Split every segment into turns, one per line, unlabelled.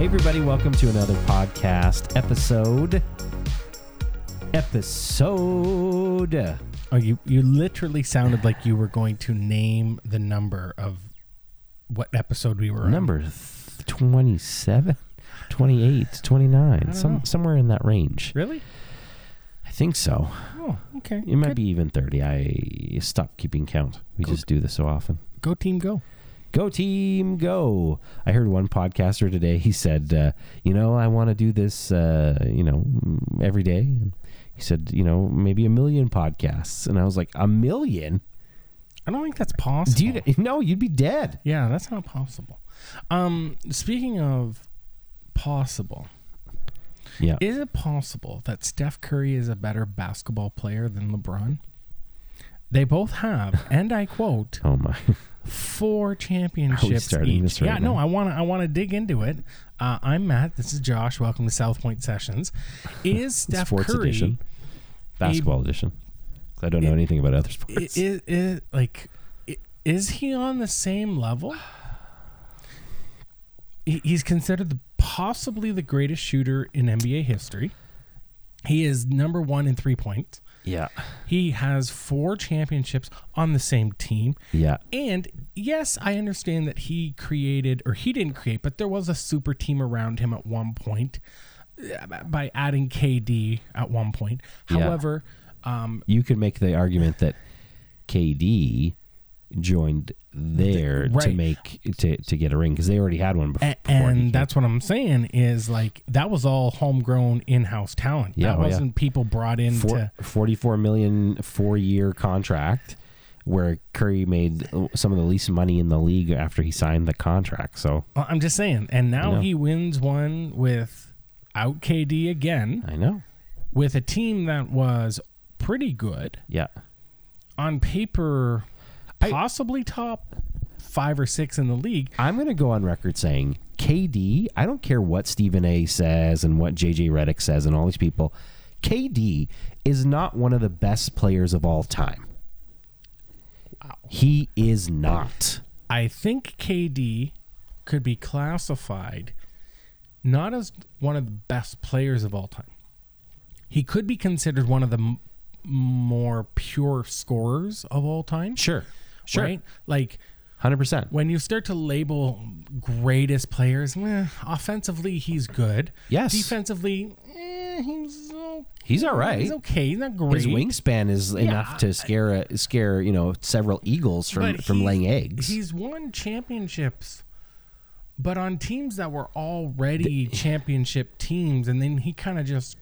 everybody, welcome to another podcast episode. Episode.
Oh, you you literally sounded like you were going to name the number of what episode we were on.
Number th- 27, 28, 29, some,
know.
somewhere in that range.
Really?
I think so.
Oh, okay.
It might
Good.
be even 30. I stopped keeping count. We
Go-
just do this so often.
Go team, go.
Go team, go! I heard one podcaster today. He said, uh, "You know, I want to do this. Uh, you know, mm, every day." And he said, "You know, maybe a million podcasts." And I was like, "A million?
I don't think that's possible.
Do you? No, you'd be dead."
yeah, that's not possible. Um, speaking of possible,
Yeah.
is it possible that Steph Curry is a better basketball player than LeBron? They both have, and I quote,
oh my.
four championships
starting
each.
this
yeah,
right
no,
now?
I want to I want to dig into it. Uh, I'm Matt. This is Josh. Welcome to South Point Sessions. Is Steph
sports
Curry
edition. Basketball edition. 'Cause I don't know anything about other
i-
sports.
i- i- like i- is he on the same level? He- He's considered the, possibly the greatest shooter in NBA history. He is number one in three points.
yeah.
He has four championships on the same team.
Yeah.
And yes, I understand that he created, or he didn't create, but there was a super team around him at one point uh, by adding KD at one point.
Yeah.
However, um,
You could make the argument that KD joined there to
right.
make to, to get a ring because they already had one before.
a- and that's what I'm saying is like that was all homegrown in house talent.
Yeah,
that
oh, yeah.
wasn't people brought in
Four,
to.
44 million four year contract where Curry made some of the least money in the league after he signed the contract. So
Well, I'm just saying. And
I know.
now he wins one with out KD again
I know.
with a team that was pretty good.
Yeah.
on paper
I-
possibly top five or six in the league.
I'm going to go on record saying KD, I don't care what Stephen A says and what JJ Reddick says and all these people, KD is not one of the best players of all time. He is not.
I think KD could be classified not as one of the best players of all time. He could be considered one of the m- more pure scorers of all time.
Sure. Sure.
Right? Like
100%.
when you start to label greatest players, meh, offensively he's good.
Yes.
Defensively, eh, he's okay.
He's all right.
He's okay. He's not great.
His wingspan is enough to scare a, scare, you know, several eagles from
But
from
he's-
laying eggs.
He's won championships, but on teams that were already championship teams, and then he kind of just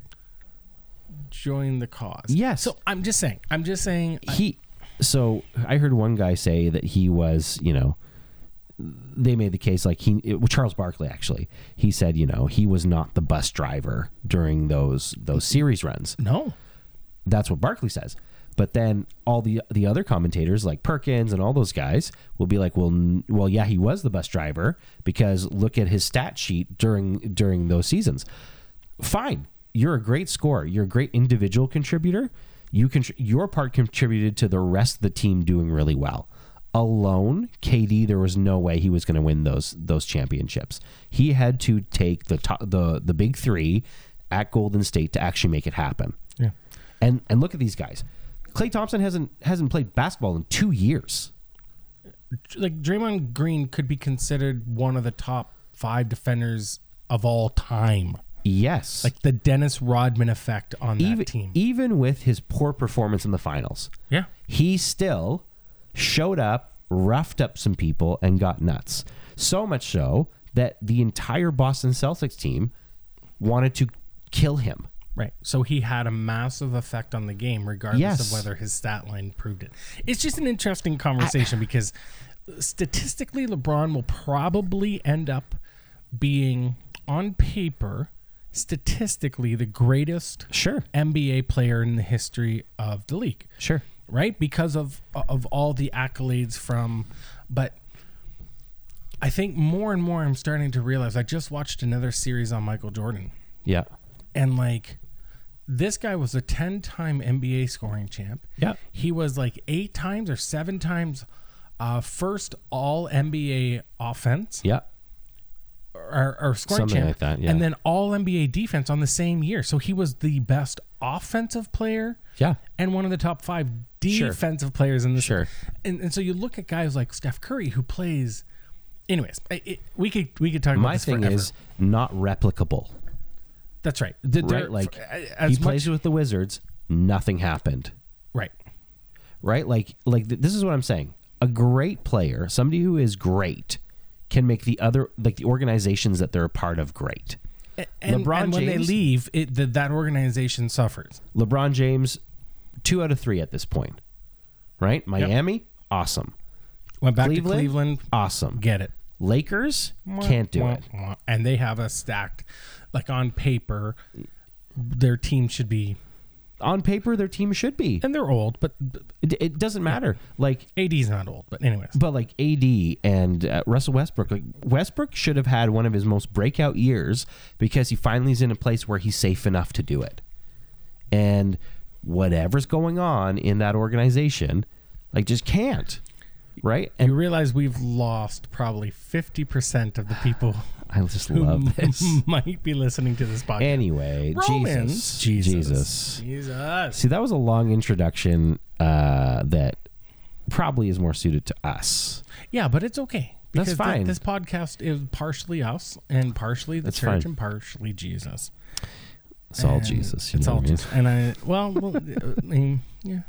joined the cause.
Yes.
So I'm just saying. I'm just saying. I-
he so i heard one guy say that he was you know they made the case like he it, charles barkley actually he said you know he was not the bus driver during those those series runs
no.
that's what barkley says but then all the the other commentators like perkins and all those guys will be like well n- well yeah he was the bus driver because look at his stat sheet during during those seasons fine. You're a great scorer. You're a great individual contributor. You contr your part contributed to the rest of the team doing really well. Alone, KD, there was no way he was going to win those those championships. He had to take the top, the the big three at Golden State to actually make it happen.
Yeah.
And and look at these guys. Clay Thompson hasn't hasn't played basketball in two years.
Like Draymond Green could be considered one of the top five defenders of all time.
Yes,
Like the Dennis Rodman effect on that
even e
team.
even with his poor performance in the finals,
yeah.
he still showed up, roughed up some people, and got nuts. So much so that the entire Boston Celtics team wanted to kill him.
Right. So he had a massive effect on the game, regardless
Yes.
of whether his stat line proved it. It's just an interesting conversation because statistically, LeBron will probably end up being, on paper, statistically the greatest
Sure.
NBA player in the history of the league
Sure.
right? Because of of all the accolades from, but I think more and more I'm starting to realize. I just watched another series on Michael Jordan,
Yeah.
and like this guy was a 10 time NBA scoring champ.
Yeah.
He was like eight times or seven times uh, first all NBA offense
Yeah.
or, or scoring
Something
champ,
like that, yeah.
and then All NBA defense on the same year. So he was the best offensive player
Yeah.
and one of the top five defensive players in the
Sure.
And, and so you look at guys like Steph Curry who plays. Anyways, I it, we could we could talk about
My
this
thing
forever.
is not replicable.
that's right. The- there-
Right? Like
for- as
he
much,
plays with the Wizards, nothing happened.
right.
Right? Like like th- this is what I'm saying. A great player, somebody who is great, can make the other like the organizations that they're a part of great.
A- And,
LeBron
and when they
James-
leave, it, the, that organization suffers.
LeBron James, two out of three at this point. Right? Miami, awesome.
Went back
Cleveland,
to Cleveland.
awesome.
Get it.
Lakers can't do
Wah,
it.
wah. And they have a stacked, like on paper, their team should be,
On paper, their team should be.
and they're old, but
It, it doesn't matter. Like,
AD's not old. But anyways,
but like AD and uh, Russell Westbrook, like Westbrook should have had one of his most breakout years because he finally is in a place where he's safe enough to do it. And whatever's going on in that organization, like, just can't. Right? And
you realize we've lost probably fifty percent of the people
I just
who
love this.
might be listening to this podcast.
Anyway, Jesus,
Romans,
Jesus.
Jesus.
See, that was a long introduction uh, that probably is more suited to us.
Yeah, but it's okay.
That's
Because thi-
fine.
this podcast is partially us and partially the
That's fine.
church and partially Jesus.
It's all
And
Jesus. You
It's
know
all
what I mean?
Jesus. And I, well, well I mean, yeah.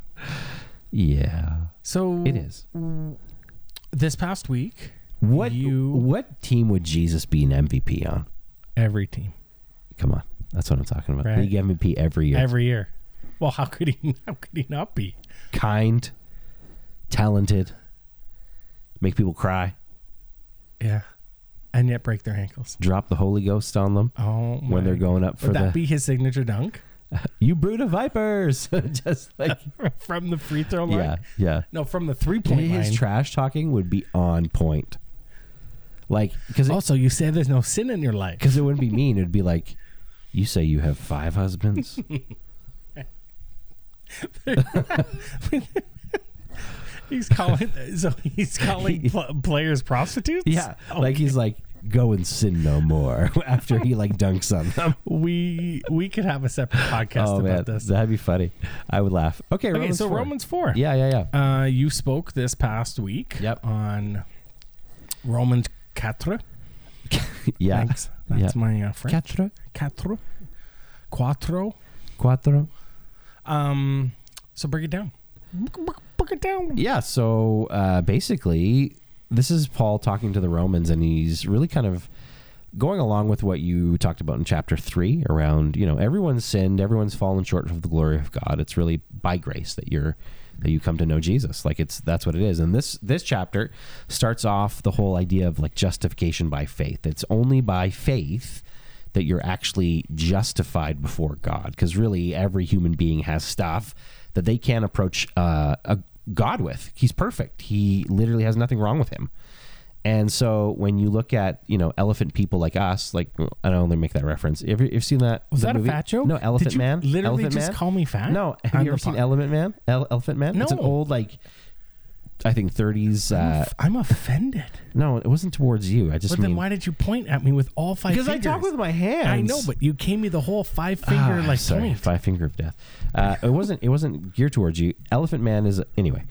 Yeah,
So
it is.
This past week,
What
You-
what team would Jesus be an MVP on?
every team,
Come on, that's what I'm talking about.
Right.
League MVP every year.
every year. Well, how could he? How could he not be?
Kind, talented, make people cry,
Yeah, and yet break their ankles.
drop the Holy Ghost on them
Oh, my.
when they're going up for
would that
the
be his signature dunk
you brood of vipers. Just like
from the free throw line?
yeah, yeah.
No, from the three point
His
line.
trash talking would be on point. Like, because
also, you say there's no sin in your life.
because it wouldn't be mean. It'd be like, you say you have five husbands.
He's calling. so he's calling pl- players prostitutes.
yeah, like he's like, go and sin no more. After he like dunks on them.
Um, we we could have a separate podcast
Oh
about
man,
this.
that'd be funny. I would laugh. Okay,
Okay,
Romans
so
4.
Romans four.
Yeah, yeah, yeah.
Uh, you spoke this past week
Yep.
on Romans 4.
yeah.
Thanks. That's
yeah.
my uh, French.
Quattro,
4. Quattro.
quattro.
Um, so break it down. Break it down.
Yeah. So uh, basically, this is Paul talking to the Romans, and he's really kind of going along with what you talked about in chapter three around you know everyone's sinned, everyone's fallen short of the glory of God. It's really by grace that you're that you come to know Jesus. Like it's that's what it is. And this this chapter starts off the whole idea of like justification by faith. It's only by faith that you're actually justified before God. Because really, every human being has stuff that they can't approach uh, a God with. He's perfect. He literally has nothing wrong with him. And so when you look at you know elephant people like us, like I don't only make that reference. Have you, have seen that?
Was
the
that a
movie?
fat joke?
No, Elephant
Did you
Man.
Literally
Elephant
just
Man?
call me fat.
No, have
on
you
the
ever seen
pod-
Elephant Man? El- Elephant Man. it's an
No.
old like, I think 30s. Uh,
I'm offended.
no, it wasn't towards you. I just
But
mean
then why did you point at me with all five?
because I talk
fingers?
with my hands.
I know, but you gave me the whole five
Ah,
finger
I'm
like
sorry,
point.
Five Finger of Death. Uh, it wasn't. It wasn't geared towards you. Elephant Man is anyway.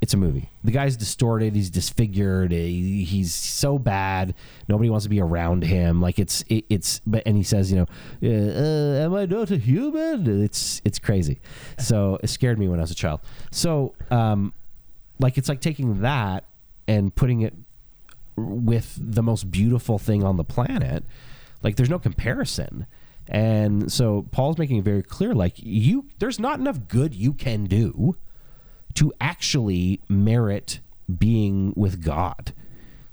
It's a movie. The guy's distorted. He's disfigured. He, he's so bad. Nobody wants to be around him. Like it's it, it's. But and he says, you know, uh, uh, am I not a human? It's it's crazy. So it scared me when I was a child. So um, like it's like taking that and putting it with the most beautiful thing on the planet. Like there's no comparison. And so Paul's making it very clear like you there's not enough good you can do to actually merit being with God.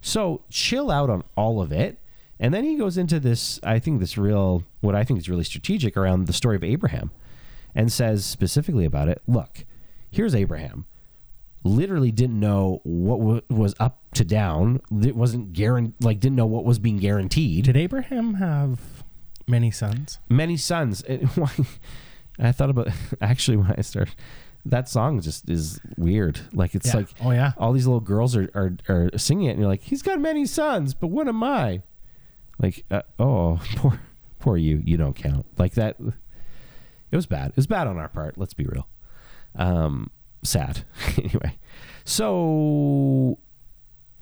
So chill out on all of it. And then he goes into this, I think this real, what I think is really strategic around the story of Abraham and says specifically about it look, here's Abraham. Literally didn't know what wa- was up to down. It wasn't guaranteed, like, didn't know what was being guaranteed
Did Abraham have many sons?
many sons. It- why- I thought about actually when I started that song just is weird. Like it's
Yeah.
like
Oh, yeah.
all these little girls are, are are singing it, and you're like, he's got many sons, but what am I? Like, uh, oh, poor, poor you. You don't count. Like that. It was bad. It was bad on our part. Let's be real. Um, sad. anyway, so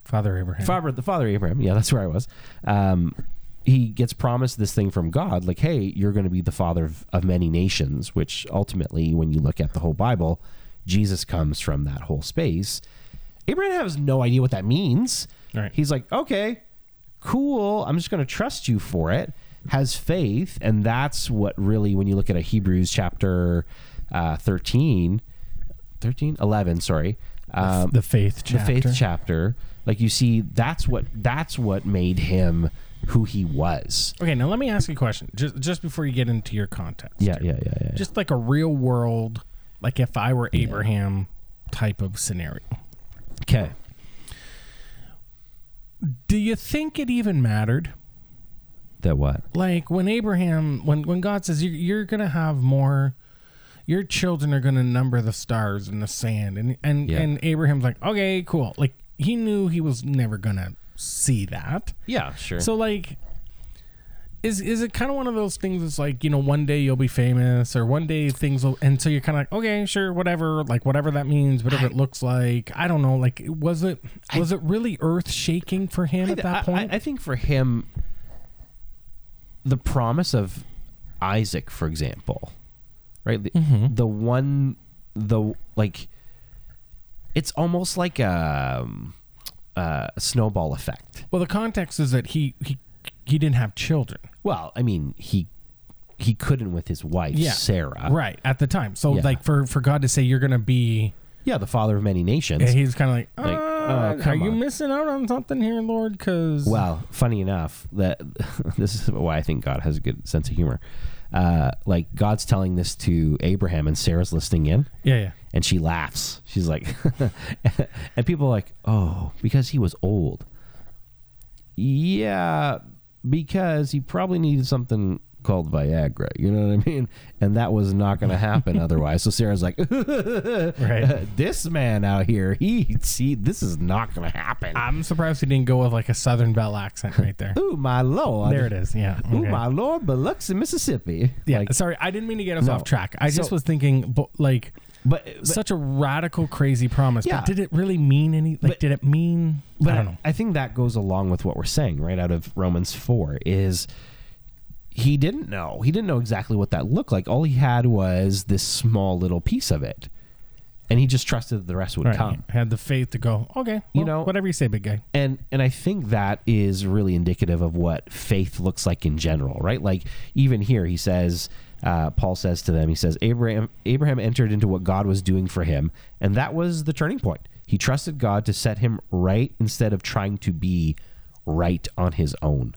Father Abraham.
Father, the father Abraham. Yeah, that's where I was. Um, he gets promised this thing from God, like, "Hey, you're going to be the father of, of many nations." Which ultimately, when you look at the whole Bible, Jesus comes from that whole space. Abraham has no idea what that means.
Right.
He's like, "Okay, cool. I'm just going to trust you for it." Has faith, and that's what really, when you look at a Hebrews chapter uh, 13, 13, 11, sorry. Um,
the faith chapter.
the faith chapter like you see that's what that's what made him who he was
Okay, now let me ask you a question. Just just before you get into your context.
yeah yeah yeah
Just like a real world, like if I were Abraham type of scenario.
okay
Do you think it even mattered?
that what
Like when Abraham when when God says you're you're gonna have more your children are gonna number the stars in the sand and and,
Yeah.
and Abraham's like, Okay, cool. Like he knew he was never gonna see that.
yeah sure
So like is is it kind of one of those things that's like, you know, one day you'll be famous or one day things will and so you're kind of like, okay, sure, whatever, like whatever that means, whatever it looks like. I don't know, like was it was it really earth-shaking for him at that point?
I, I think for him the promise of isaac for example right the,
Mm-hmm.
the one the like it's almost like a, um, a snowball effect
well, the context is that he he he didn't have children.
Well, I mean, he he couldn't with his wife
Yeah.
Sarah.
Right, at the time. So
Yeah.
like for for God to say you're going to be
Yeah, the father of many nations.
yeah, he's kind of like,
Like,
"Uh,
oh,
are
come
you
on."
missing out on something here, Lord? Because
well, funny enough, that this is why I think God has a good sense of humor. Uh, like God's telling this to Abraham, and Sarah's listening in,
yeah, yeah,
and she laughs. She's like, and people are like, oh, because he was old. Yeah, because he probably needed something called Viagra. You know what I mean? And that was not going to happen otherwise. So Sarah's like,
right.
this man out here, he see this is not gonna happen.
I'm surprised he didn't go with like a Southern Belle accent right there.
Ooh, my lord.
There it is. Yeah.
Ooh,
okay.
my lord, Biloxi, Mississippi.
Yeah.
Like,
sorry, I didn't mean to get us
No.
off track. I just
So-
was thinking, bu- like,
but, but
such a radical, crazy promise.
Yeah.
But did it really mean any? Like, did it mean? I don't know.
I think that goes along with what we're saying right out of Romans four is he didn't know. He didn't know exactly what that looked like. All he had was this small little piece of it, and he just trusted that the rest would
Right.
come.
I had the faith to go. Okay.
You
well,
know-
whatever you say, big guy.
and and I think that is really indicative of what faith looks like in general, right? Like even here, he says, uh, Paul says to them, he says, Abraham Abraham entered into what God was doing for him, and that was the turning point. He trusted God to set him right instead of trying to be right on his own.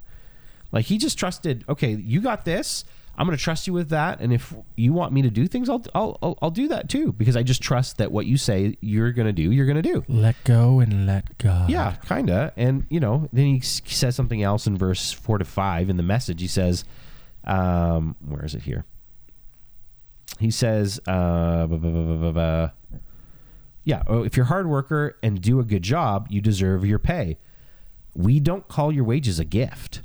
Like he just trusted, okay, you got this. I'm going to trust you with that, and if you want me to do things, I'll I'll I'll, I'll do that too because I just trust that what you say you're going to do, you're going to do.
Let go and let God.
Yeah, kind of. And, you know, then he s- says something else in verse 4 to 5 in the message. He says, um, where is it here? He says, uh, bu- bu- bu- bu- bu- bu- yeah, oh, if you're a hard worker and do a good job, you deserve your pay. We don't call your wages a gift.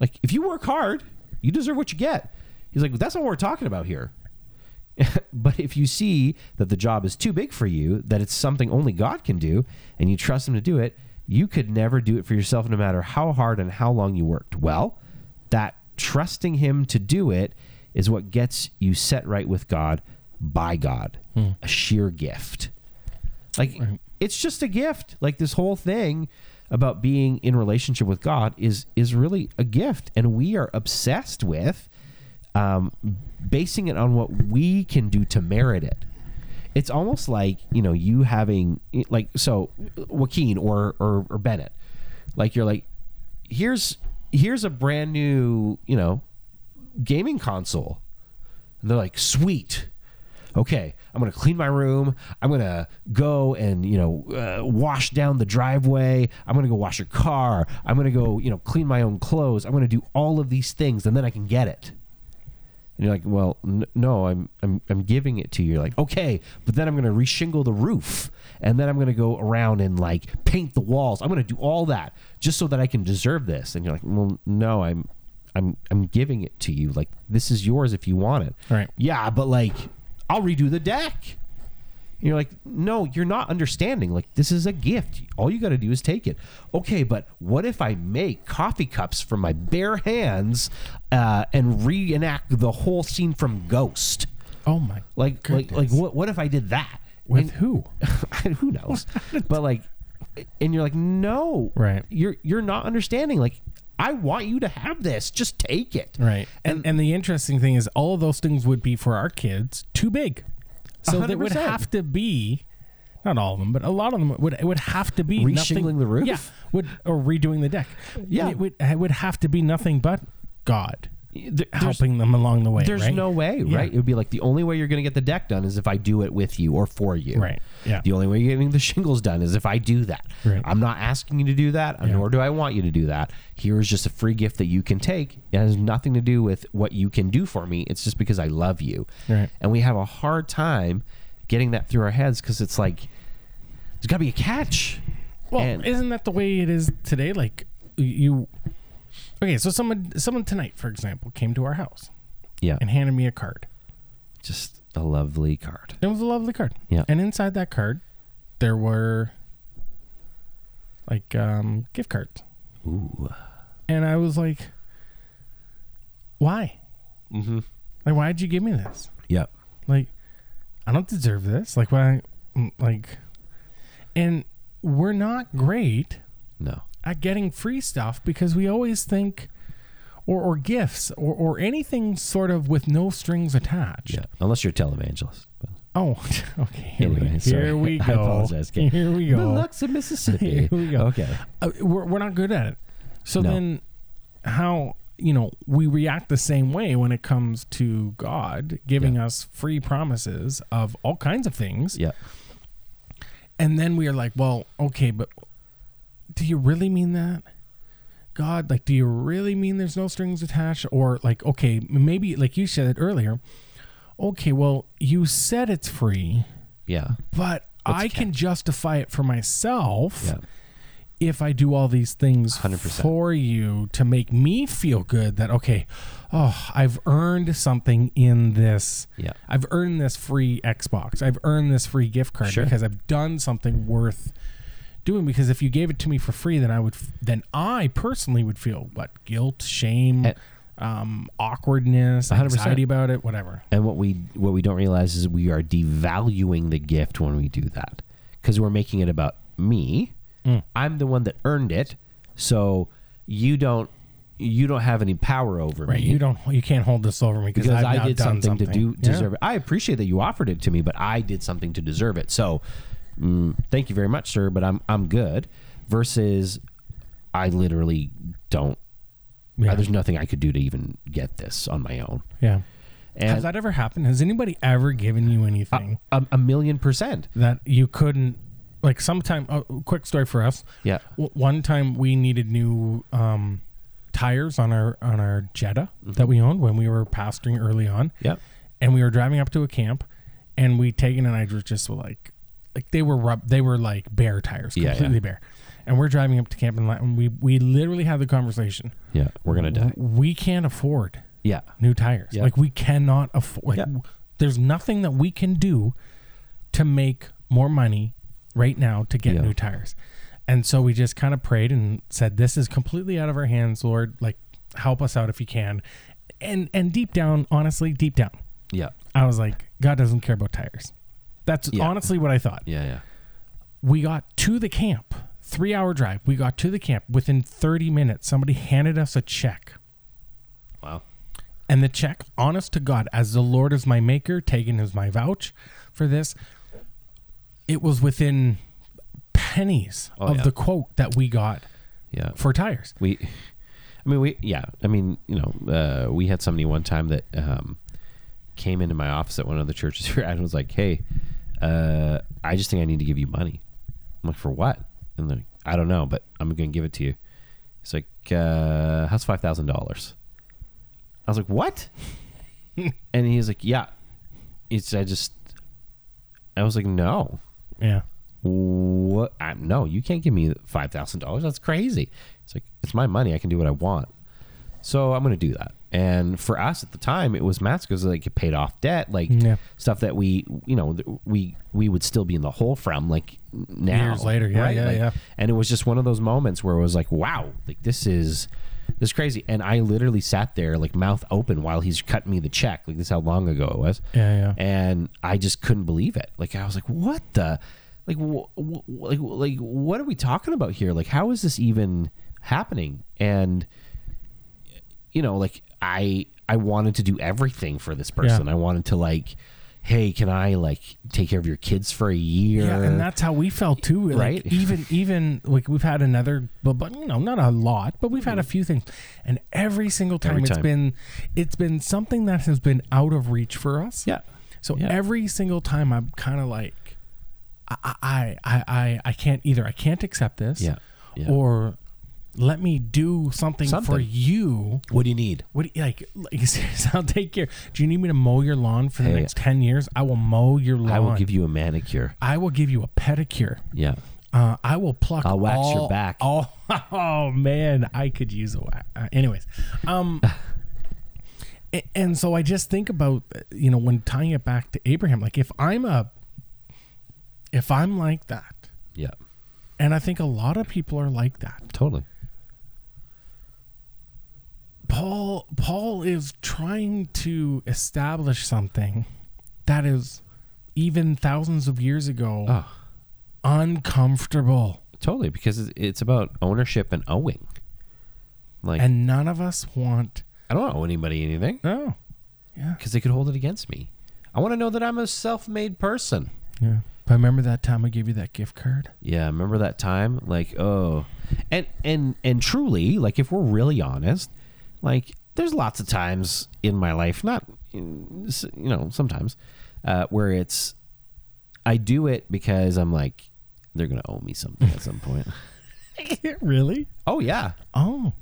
Like, if you work hard, you deserve what you get. He's like, that's not what we're talking about here. but if you see that the job is too big for you, that it's something only God can do, and you trust Him to do it, you could never do it for yourself, no matter how hard and how long you worked. Well, that trusting Him to do it is what gets you set right with God by God, a sheer gift. Like it's just a gift. Like this whole thing about being in relationship with God is is really a gift, and we are obsessed with um, basing it on what we can do to merit it. It's almost like you know you having like so Joaquin or or, or Bennett, like you're like here's here's a brand new you know gaming console. And they're like, sweet. Okay, I'm gonna clean my room. I'm gonna go and you know uh, wash down the driveway. I'm gonna go wash your car. I'm gonna go you know clean my own clothes. I'm gonna do all of these things, and then I can get it. And you're like, well, n- no, I'm, I'm, I'm giving it to you. You're like, okay, but then I'm going to reshingle the roof, and then I'm going to go around and like paint the walls. I'm going to do all that just so that I can deserve this. And you're like, well, no, I'm, I'm, I'm giving it to you. Like this is yours if you want it.
Right.
Yeah, but like, I'll redo the deck. And you're like, no, you're not understanding. Like, this is a gift. All you got to do is take it. Okay, but what if I make coffee cups from my bare hands uh, and reenact the whole scene from Ghost?
Oh my.
Like, like, like, what? What if I did that?
With
And-
who?
who knows? but like, and you're like, no,
Right.
You're you're not understanding. Like, I want you to have this. Just take it.
Right. And and the interesting thing is all of those things would be for our kids too big. So they would
100%.
have to be not all of them, but a lot of them would it would have to be nothing-
Reshingling the roof?
Yeah, would or redoing the deck.
Yeah.
it would it would have to be nothing but God
There- there's-
helping them along the way.
There's
right?
no way,
Yeah.
right? It would be like the only way you're going to get the deck done is if I do it with you or for you.
Right, yeah.
The only way you're getting the shingles done is if I do that.
Right.
I'm not asking you to do that, nor do I want you to do that. Here is just a free gift that you can take. It has nothing to do with what you can do for me. It's just because I love you.
Right.
And we have a hard time getting that through our heads because it's like, there's got to be a catch.
Well,
And-
isn't that the way it is today? Like you Okay, so someone someone tonight, for example, came to our house
Yeah.
and handed me a card.
Just a lovely card.
It was a lovely card.
Yeah.
And inside that card, there were like um, gift cards.
Ooh.
And I was like, why? Mm-hmm. Like, why'd you give me this?
Yep.
Like, I don't deserve this. Like, why? mm, Like, and we're not great
No.
at getting free stuff because we always think, or, or gifts, or, or anything sort of with no strings attached.
Yeah. Unless you're a televangelist. But.
Oh, okay. Here,
Anyway,
we,
sorry.
here we go.
I apologize, Kate.
Here we go.
The Lux of Mississippi.
Here we go.
Okay.
uh, we're, we're not good at it. So
No.
then, how you know we react the same way when it comes to God giving us free promises of all kinds of things,
Yeah.
and then we are like, well, okay, but do you really mean that? God, like, do you really mean there's no strings attached? Or, like, okay, maybe, like you said earlier, okay, well, you said it's free,
Yeah.
but I can justify it for myself
Yeah.
if I do all these things
100%.
for you to make me feel good that okay, oh, I've earned something in this.
Yeah.
I've earned this free Xbox. I've earned this free gift card
Sure.
because I've done something worth doing because if you gave it to me for free then I would f- then I personally would feel what guilt, shame,
Eh.
um, awkwardness,
100%.
anxiety about it, whatever.
And what we what we don't realize is we are devaluing the gift when we do that because we're making it about me.
Mm.
I'm the one that earned it, so you don't you don't have any power over
Right?
me.
You don't you can't hold this over me
because
I've
I
now
did
done
something, to do
Yeah.
deserve it. I appreciate that you offered it to me, but I did something to deserve it. So, mm, thank you very much, sir. But I'm I'm good. Versus, I literally don't.
Yeah.
there's nothing I could do to even get this on my own.
Yeah. Has
And
that ever happened? Has anybody ever given you anything?
a, a million percent.
that you couldn't like sometime a quick story for us
Yeah.
W- one time we needed new um tires on our on our jetta that we owned when we were pastoring early on
Mm-hmm. Yep.
and we were driving up to a camp and we taken and i was just like like they were rub they were like bare tires
Yeah, yeah.
completely bare and we're driving up to camp and li- and we we literally had the conversation
Yeah. We're gonna die.
we can't afford
Yeah.
new tires.
Yeah.
Like we cannot afford. Like,
Yeah.
w- There's nothing that we can do to make more money right now to get
Yeah.
new tires. And so we just kind of prayed and said, "This is completely out of our hands, Lord. Like, help us out if you can." And and deep down, honestly, deep down,
Yeah.
I was like, "God doesn't care about tires." That's
Yeah.
honestly what I thought
Yeah. Yeah.
we got to the camp three hour drive we got to the camp within 30 minutes somebody handed us a check
Wow.
and the check honest to god as the lord is my maker taken is my vouch for this it was within pennies
Oh,
of
yeah.
the quote that we got
Yeah.
for tires
we i mean we yeah i mean you know uh, we had somebody one time that um, came into my office at one of the churches here and was like hey uh, i just think i need to give you money i'm like for what and they're like i don't know but i'm gonna give it to you he's like uh, how's $5000 i was like what and he's like, yeah. It's I just, I was like, no,
Yeah.
what? I, no, you can't give me five thousand dollars. That's crazy. It's like it's my money. I can do what I want. So I'm going to do that. And for us at the time, it was massive because like it paid off debt, like
Yeah.
stuff that we, you know, th- we we would still be in the hole from like now
Years later. Yeah, yeah,
Like,
yeah.
And it was just one of those moments where it was like, wow, like this is this is crazy. And I literally sat there like mouth open while he's cutting me the check. Like this is how long ago it was
Yeah, yeah.
and I just couldn't believe it. Like I was like, what the, like, wh- wh- like, like, what are we talking about here? Like, how is this even happening? And you know, like I, I wanted to do everything for this person. I wanted to like, hey, can I like take care of your kids for a year?
Yeah, and that's how we felt too. Like,
Uh, Right?
Even even like we've had another, but, but you know, not a lot, but we've had a few things, and every single time,
Mm. Every
it's
time.
been it's been something that has been out of reach for us.
yeah,
So
Yeah.
every single time, I'm kind of like, I I, I I I can't either. I can't accept this.
Yeah, yeah.
Or let me do something, for
Something.
you.
What do you need?
What do you, like, like seriously, I'll take care. Do you need me to mow your lawn for the
Hey.
next ten years? I will mow your lawn.
I will give you a manicure.
I will give you a pedicure.
Yeah,
Uh, I will pluck.
I'll wax your
all-
back.
all- oh man, I could use a wax. Uh, anyways, um, a- and so I just think about you know when tying it back to Abraham, like if I'm a, if I'm like that,
yeah,
and I think a lot of people are like that.
totally.
Paul Paul is trying to establish something that is even thousands of years ago
Oh.
uncomfortable.
Totally, because it's- it's about ownership and owing. Like,
And none of us want
I don't owe anybody anything.
Oh. Yeah.
because they could hold it against me. I want to know that I'm a self-made person.
Yeah. But remember that time I gave you that gift card?
Yeah, remember that time? Like, oh, and and and truly, like, if we're really honest, like, there's lots of times in my life, not in, you know, sometimes, uh, where it's I do it because I'm like, they're gonna owe me something at some point.
really?
Oh yeah,
Oh.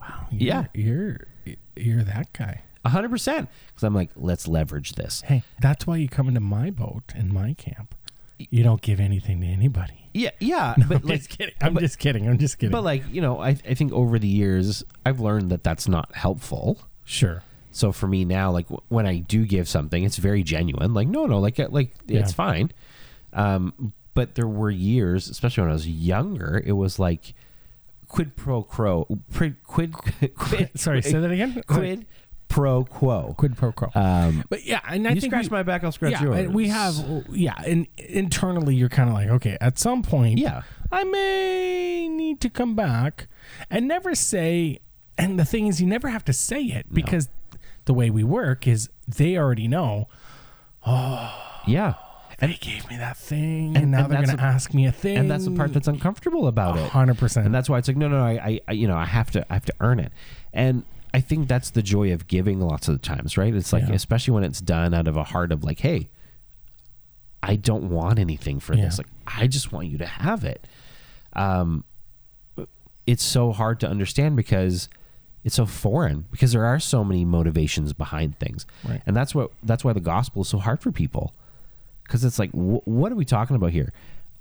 Wow.
Yeah.
You're, You're you're that guy.
hundred percent. Because I'm like, let's leverage this.
Hey, that's why you come into my boat and my camp. You don't give anything to anybody.
Yeah, yeah, but
I'm
like,
just kidding. I'm just kidding. I'm just kidding.
but like, you know, I I think over the years I've learned that that's not helpful.
sure.
So for me now, like w- when I do give something, it's very genuine. Like no, no, like uh, like it's fine. Um, but there were years, especially when I was younger, it was like quid pro quo, quid quid quid.
Sorry, say that again?
Quid pro quo.
Quid pro quo.
Um,
but yeah, and I
you
think
scratch
we-
my back, I'll scratch
yeah,
yours.
and we have yeah, and internally you're kind of like, okay, at some point,
Yeah.
I may need to come back, and never say. And the thing is, you never have to say it because the way we work is they already know
yeah,
they gave me that thing, and, now
and
they're
that's
going to
a-
ask me a thing,
and that's the part that's uncomfortable about it.
Mm. hundred percent.
and that's why it's like no no no I, I you know i have to i have to earn it and i think that's the joy of giving lots of the times right it's like
Yeah.
especially when it's done out of a heart of like hey i don't want anything for this
Yeah.
like i just want you to have it um it's so hard to understand because it's so foreign because there are so many motivations behind things
Right.
and that's what that's why the gospel is so hard for people because it's like wh- what are we talking about here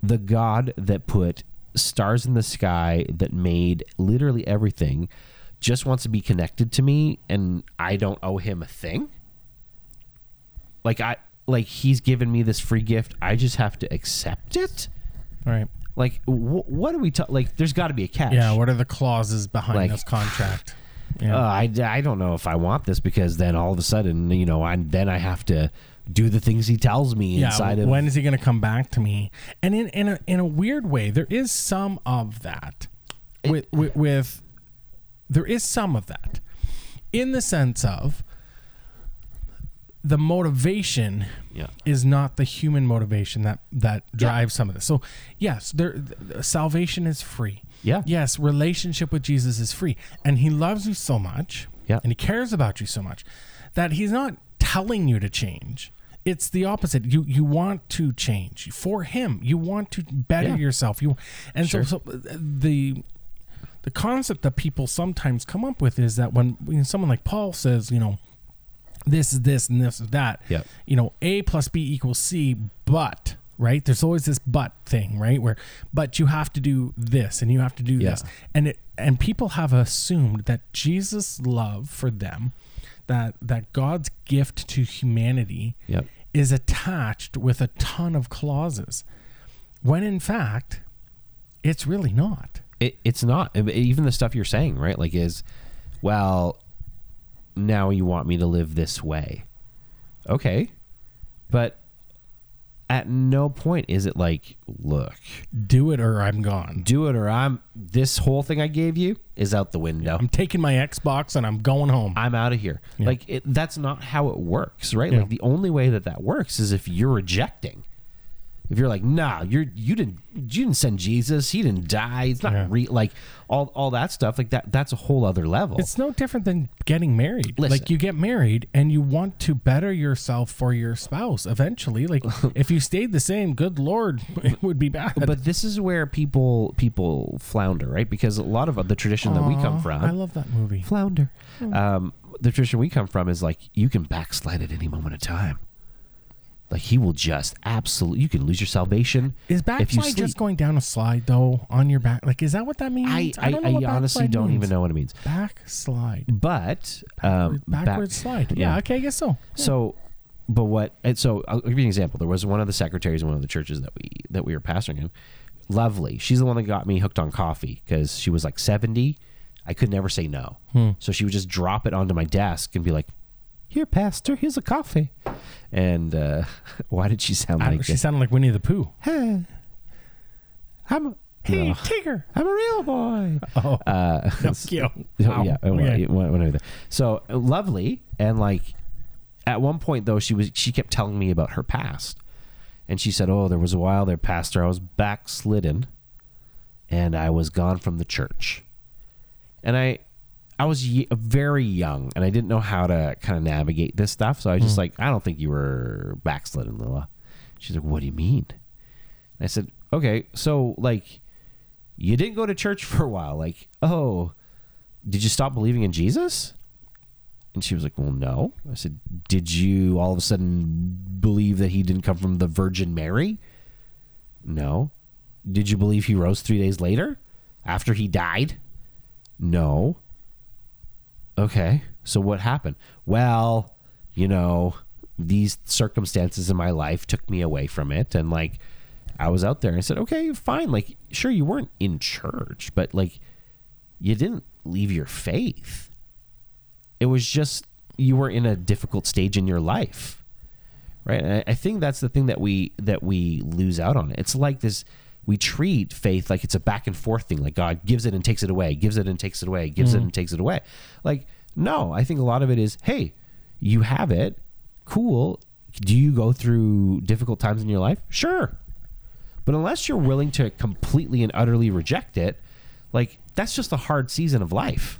the god that put stars in the sky that made literally everything just wants to be connected to me and i don't owe him a thing like i like he's given me this free gift i just have to accept it
right.
like wh- what are we ta- like there's got to be a catch
Yeah. What are the clauses behind
Like-
this contract? Yeah.
Uh, I, I don't know if I want this because then all of a sudden, you know, I then I have to do the things he tells me inside of
when is he going to come back to me? And in in a, in a weird way, there is some of that. With, with with there is some of that, in the sense of the motivation
Yeah.
is not the human motivation that that drives some of this. So yes, there th- th- salvation is free.
Yeah.
Yes, relationship with Jesus is free, and He loves you so much.
Yeah.
And He cares about you so much that He's not telling you to change. It's the opposite. You you want to change for Him. You want to better
Yeah.
yourself. You and so, so uh, the the concept that people sometimes come up with is that when you know, someone like Paul says, you know, this is this and this is that.
Yep.
You know, A plus B equals C, but right there's always this but thing right where but you have to do this and you have to do
Yeah.
this and it and people have assumed that jesus love for them that that god's gift to humanity
Yep.
is attached with a ton of clauses when in fact it's really not
it, it's not I mean, even the stuff you're saying right like is well now you want me to live this way okay but at no point is it like look
do it or i'm gone
do it or i'm this whole thing i gave you is out the window
i'm taking my xbox and i'm going home
i'm out of here like it, that's not how it works right
Yeah.
like the only way that that works is if you're rejecting if you're like nah you're you didn't you didn't send jesus he didn't die it's not
Yeah.
re- like all all that stuff like that that's a whole other level
It's no different than getting married.
Listen.
Like you get married and you want to better yourself for your spouse eventually. Like if you stayed the same, good lord, it would be bad.
but this is where people people flounder, right? Because a lot of the tradition that we come
Aw,
from
Oh, I love that movie.
flounder.
Hmm.
Um, the tradition we come from is like you can backslide at any moment of time. Like he will just absolutely you can lose your salvation.
Is
if you
backslide
sleep.
just going down a slide though on your back? Like is that what that means?
I I,
don't know
I
what
honestly
backslide
don't
means.
even know what it means.
Backslide.
But um, back-
Backward slide. Yeah, okay, I guess so.
So, but what? And so I'll give you an example. There was one of the secretaries in one of the churches that we that we were pastoring in. Lovely. She's the one that got me hooked on coffee because she was like seventy. I could never say no.
Hmm.
So she would just drop it onto my desk and be like, "Here, pastor, here's a coffee." And uh, why did she sound
I-
like
she
this?
sounded like Winnie the Pooh.
Hey, I'm a,
Hey,
no,
Tigger.
I'm a real boy.
Oh,
Uh,
Pinocchio.
yeah,
Wow.
yeah, well,
Okay.
yeah, one- one over there. So uh, lovely, and like at one point though, she was she kept telling me about her past, and she said, "Oh, there was a while there, pastor. I was backslidden, and I was gone from the church, and I." I was ye- very young and I didn't know how to kind of navigate this stuff. So I was
Hmm.
just like, I don't think you were backslidden, Lila. She's like, What do you mean? And I said, Okay, so like, you didn't go to church for a while. Like, oh, did you stop believing in Jesus? And she was like, Well, no. I said, Did you all of a sudden believe that he didn't come from the Virgin Mary? No. Did you believe he rose three days later after he died? No. Okay. So what happened? Well, you know, these circumstances in my life took me away from it. And like, I was out there and I said, Okay, fine. Like, sure, you weren't in church, but like, you didn't leave your faith. It was just you were in a difficult stage in your life, right? And I, I think that's the thing that we that we lose out on. It's like this: we treat faith like it's a back and forth thing. Like God gives it and takes it away, gives it and takes it away, gives it and takes it away. Like no, I think a lot of it is, hey, you have it, cool. Do you go through difficult times in your life? Sure, but unless you're willing to completely and utterly reject it, like that's just a hard season of life.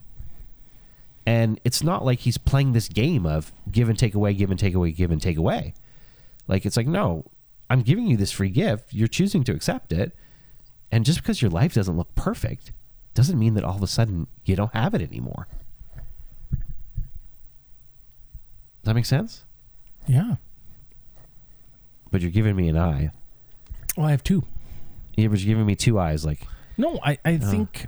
And it's not like he's playing this game of give and take away, give and take away, give and take away. Like it's like, no, I'm giving you this free gift. You're choosing to accept it. And just because your life doesn't look perfect doesn't mean that all of a sudden you don't have it anymore. Does that make sense?
yeah.
But you're giving me an eye.
Well, I have two.
Yeah, but you're giving me two eyes. Like,
No, I,
Uh.
I think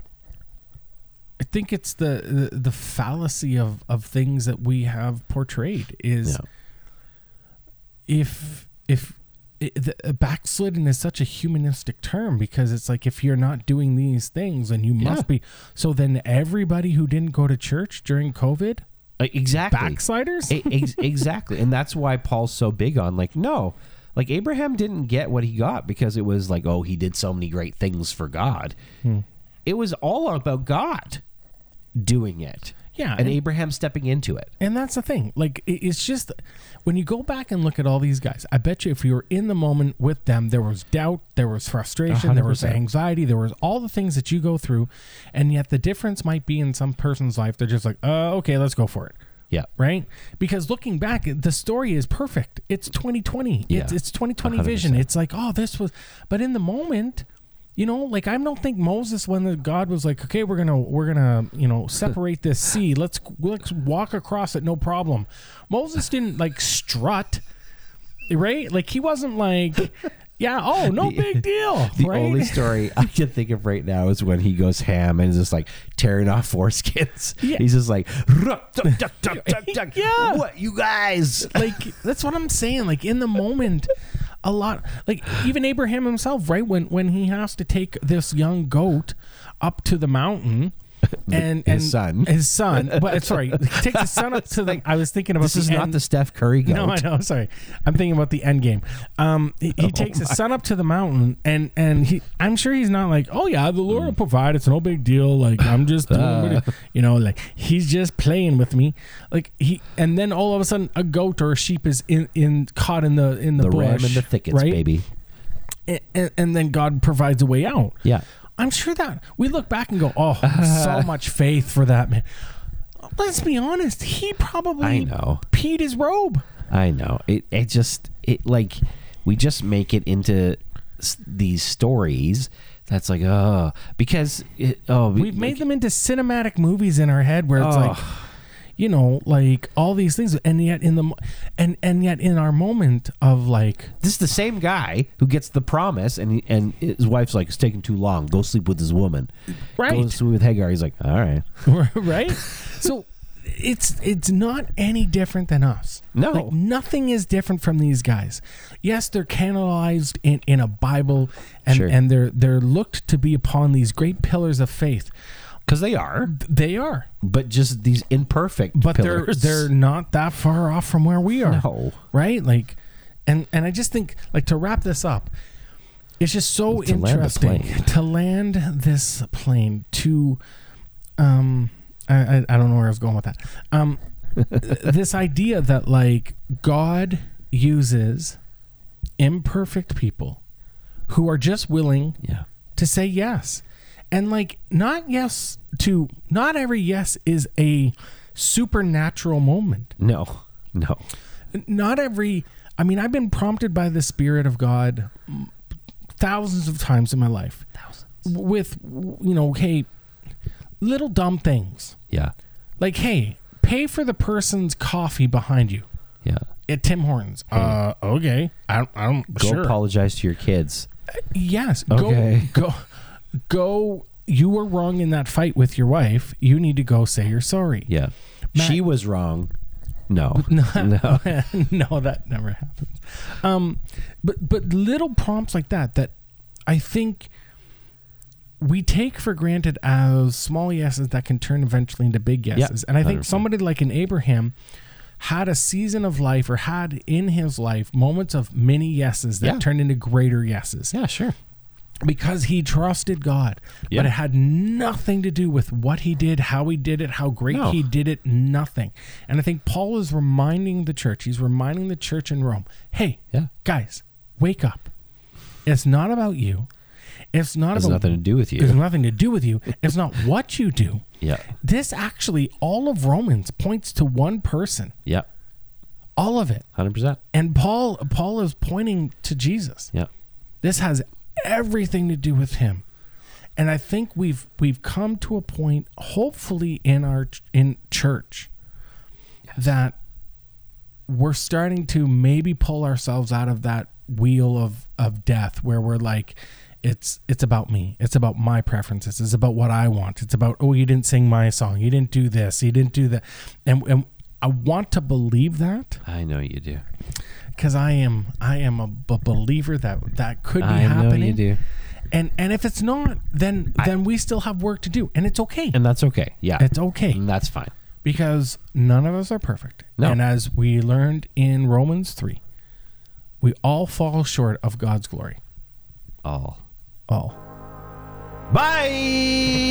I think it's the, the the fallacy of of things that we have portrayed is
Yeah.
if if it, the, uh, backslidden is such a humanistic term because it's like if you're not doing these things then you must
Yeah.
be so then everybody who didn't go to church during covid
Uh, exactly.
backsliders
E- ex- exactly and that's why paul's so big on like no like abraham didn't get what he got because it was like oh he did so many great things for god
Hmm.
it was all about god doing it
Yeah,
and
and-
abraham stepping into it
And that's the thing. Like it- it's just when you go back and look at all these guys, I bet you if you were in the moment with them, there was doubt, there was frustration, there was
100%.
anxiety, there was all the things that you go through, and yet the difference might be in some person's life. They're just like, uh, okay, let's go for it.
yeah
Right? Because looking back, the story is perfect. It's 2020.
Yeah.
It's, it's 2020 vision.
100%.
It's like, oh, this was. But in the moment, You know, like I don't think Moses when the God was like, "Okay, we're gonna we're gonna you know separate this sea. Let's let's walk across it, no problem." Moses didn't like strut, right? Like he wasn't like, "Yeah, oh, no big deal."
The
right?
only story I can think of right now is when he goes ham and is just like tearing off foreskins.
Yeah.
He's just like, "Ruck, duck, duck, duck, duck, duck.
Yeah.
what you guys?
like that's what I'm saying. Like in the moment, a lot like even Abraham himself, right? When when he has to take this young goat up to the mountain. And
his son.
and his son, but sorry, take the son up to the. I was thinking about
This is not
end-
the Steph Curry goat.
No, I know. Sorry, I'm thinking about the end game. Um, he,
Oh
he takes his son up to the mountain, and and he, I'm sure he's not like, oh yeah, the
Mm.
Lord will provide. It's no big deal. Like I'm just, doing what he-" you know, like he's just playing with me. Like he, and then all of a sudden, a goat or a sheep is in in caught in the in the,
the ram
bush,
in the thickets,
right?
baby.
And, and, and then God provides a way out.
Yeah.
I'm sure that we look back and go, oh, so much faith for that man. Let's be honest. He probably
I know.
peed his robe.
I know. It it just it like we just make it into s- these stories that's like oh because it, oh
We've made them into cinematic movies in our head where it's like, you know, like all these things, and yet in the, mo- and and yet in our moment of like,
this is the same guy who gets the promise and he, and his wife's like it's taking too long go sleep with his woman
Right.
go sleep with Hagar he's like all right
right? so it's it's not any different than us.
No.
like nothing is different from these guys. Yes, they're canonized in, in a Bible, and
Sure.
and they're they're looked to be upon these great pillars of faith.
because they are
They are,
but just these imperfect
but
pillars.
they're they're not that far off from where we are.
No.
right? Like, and and I just think like to wrap this up, it's just so
To land the
interesting
plane.
to land this plane to, um, I, I I don't know where I was going with that. Um, this idea that like God uses imperfect people who are just willing
yeah
to say yes. And like not yes to not every yes is a supernatural moment
no no
not every i mean i've been prompted by the spirit of god thousands of times in my life with you know hey little dumb things
yeah
like hey pay for the person's coffee behind you
yeah
at tim hortons uh okay i don't, I don't
go
sure
apologize to your kids
yes
Okay.
go go go you were wrong in that fight with your wife you need to go say you're sorry
yeah she was wrong no
no, no, that never happens. Um, but but little prompts like that that I think we take for granted as small yeses that can turn eventually into big yeses. and I think
100%.
somebody like an Abraham had a season of life or had in his life moments of many yeses that
Yeah.
turned into greater yeses
yeah sure
because he trusted God.
Yeah.
But it had nothing to do with what he did, how he did it, how great
No.
he did it, nothing. And I think Paul is reminding the church, he's reminding the church in Rome, hey,
Yeah.
guys, wake up. It's not about you. It's not
has
about
nothing to do with
It's
you
nothing to do with you. It's not what you do.
yeah
This actually, all of Romans points to one person.
yeah
All of it.
hundred percent
And Paul Paul is pointing to Jesus.
yeah
This has everything to do with him. And I think we've we've come to a point hopefully in our ch- in church that we're starting to maybe pull ourselves out of that wheel of of death where we're like it's it's about me. It's about my preferences. It's about what I want. It's about oh you didn't sing my song. You didn't do this. You didn't do that. And and I want to believe that
I know you do
because I am I am a b- believer that that could be
I know
happening.
you do.
And and if it's not, then then we still have work to do, and it's okay.
and that's okay yeah
It's okay
and that's fine
because none of us are perfect.
No.
And as we learned in Romans three, we all fall short of God's glory.
all
All.
bye.